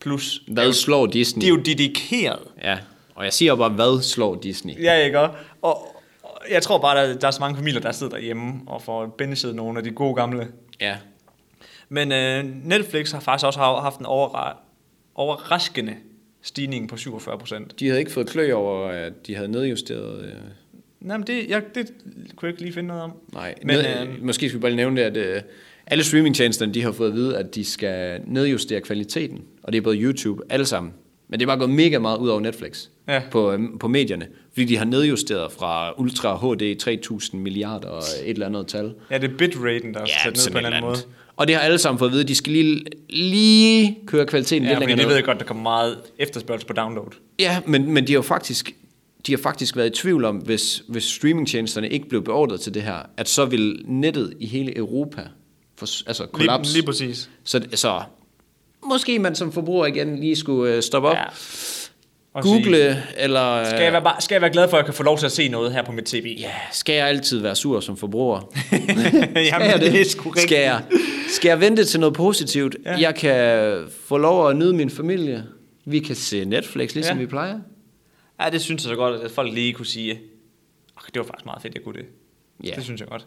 S1: plus, er
S2: Hvad
S1: jo-
S2: slår Disney?
S1: de er jo dedikeret.
S2: Ja, og jeg siger bare, hvad slår Disney?
S1: Ja, ikke? Og, og og jeg tror bare, der, der er så mange familier, der sidder derhjemme og får binget nogle af de gode gamle.
S2: Ja.
S1: Men øh, Netflix har faktisk også haft en overra- overraskende stigning på 47 procent.
S2: De havde ikke fået klø over, at de havde nedjusteret... Øh,
S1: Jamen, det, jeg, det kunne jeg ikke lige finde noget om.
S2: nej, Men,
S1: Men,
S2: ned,
S1: øh,
S2: øh, måske skal vi bare lige nævne det, at øh, alle streamingtjenesterne, de har fået at vide, at de skal nedjustere kvaliteten. Og det er både YouTube, alle sammen. Men det er bare gået mega meget ud over Netflix
S1: Ja.
S2: på, øh, på medierne. Fordi de har nedjusteret fra Ultra HD 3000 milliarder og et eller andet tal.
S1: Ja, det er bitraten, der er sat ned
S2: sådan
S1: på en
S2: et
S1: eller anden måde.
S2: andet. Og det har alle sammen fået at vide, at de skal lige, lige køre kvaliteten
S1: Ja,
S2: lidt
S1: fordi
S2: længere
S1: det
S2: ned.
S1: ved jeg godt, der kommer meget efterspørgsel på download.
S2: Ja, men, men de har jo faktisk, de har faktisk været i tvivl om, hvis, hvis streamingtjenesterne ikke blev beordret til det her, at så vil nettet i hele Europa for, altså kollaps.
S1: Lige, lige præcis.
S2: så, så måske man som forbruger igen lige skulle øh, stoppe op,
S1: Ja.
S2: ja.
S1: Og
S2: google, øh,
S1: sige,
S2: eller
S1: skal, jeg være, bare- skal jeg være glad for, at jeg kan få lov til at se noget her på mit tv?
S2: ja, skal jeg altid være sur som forbruger?
S1: Jamen,
S2: jeg
S1: det er sgu rigtigt.
S2: skal, jeg, skal jeg vente til noget positivt?
S1: Ja.
S2: Ja. Jeg kan få lov at nyde min familie. Vi kan se Netflix, ligesom
S1: Ja.
S2: ja. vi plejer.
S1: Ja, det synes jeg så godt, at folk lige kunne sige, oh, det var faktisk meget fedt, jeg kunne det.
S2: Ja.
S1: Det synes jeg godt.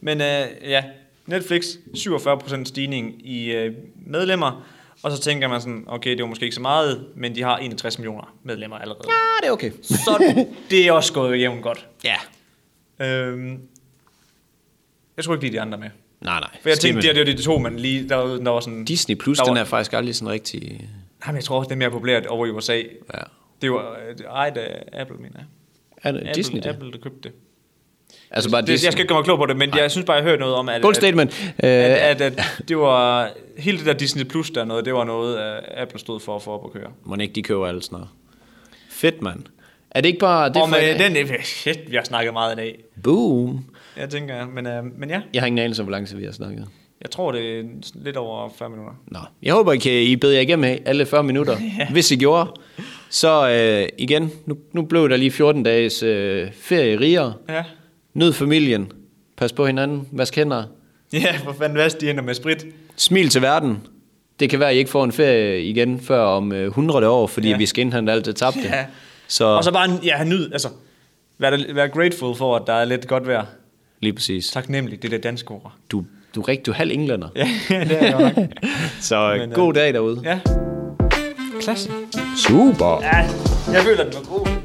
S1: Men øh, ja, Netflix, 47% stigning i øh, medlemmer, og så tænker man sådan, okay, det var måske ikke så meget, men de har 61 millioner medlemmer allerede.
S2: Ja, det er okay.
S1: Så det er også gået jævnt godt.
S2: Ja.
S1: Øhm, jeg tror ikke lige de andre er med.
S2: Nej, nej.
S1: For jeg
S2: Skid
S1: tænkte,
S2: med
S1: det her, det var de to, man lige, der, var- der var sådan...
S2: Disney Plus,
S1: der var,
S2: den er faktisk aldrig sådan rigtig...
S1: Nej, men jeg tror også, det er mere populært over i USA.
S2: Ja.
S1: Det var øh, det er ejet af Apple, mener jeg.
S2: Er det
S1: Apple,
S2: Disney det?
S1: Apple, der købte det.
S2: Altså bare
S1: det
S2: Disney.
S1: Jeg skal ikke gøre mig klog på det, men jeg synes bare, jeg hørte noget om, at,
S2: Bold
S1: at,
S2: statement. Øh,
S1: at, at, at det var, hele det der Disney Plus der noget, det var noget, øh, Apple stod for at få op at køre.
S2: Må ikke, de køber alt sådan noget. Fedt, mand. Er det ikke bare... Det
S1: Det og med
S2: for,
S1: den, shit, vi har snakket meget i dag.
S2: Boom.
S1: Jeg tænker, men, øh, men ja,
S2: Jeg har ingen anelse om, hvor lang tid vi har snakket.
S1: jeg tror, det er lidt over 40 minutter.
S2: Nå. Jeg håber, I, kan, I bed jer igennem alle 40 minutter. Hvis I gjorde, så øh, igen, nu, nu blev der lige 14 dages øh, ferie rigere.
S1: Ja,
S2: Nyd familien. Pas på hinanden. Vask hænder.
S1: ja for fanden vask, de ender med sprit.
S2: Smil til verden. Det kan være, at I ikke får en ferie igen før om øh, 100 år, fordi
S1: Ja.
S2: ja. vi skal indhente alt det tabte.
S1: Ja.
S2: Så,
S1: Og så bare, ja, nyd, altså, vær, der- vær grateful for, at der er lidt godt vejr.
S2: lige præcis.
S1: Taknemmelig, det er det danske ord.
S2: Du, du er rigtig, du er halv englænder.
S1: Ja, det er godt nok.
S2: Så
S1: Men,
S2: Men,
S1: øh,
S2: god dag derude.
S1: Ja. Klasse.
S2: Super.
S1: Ja, jeg føler, den var god.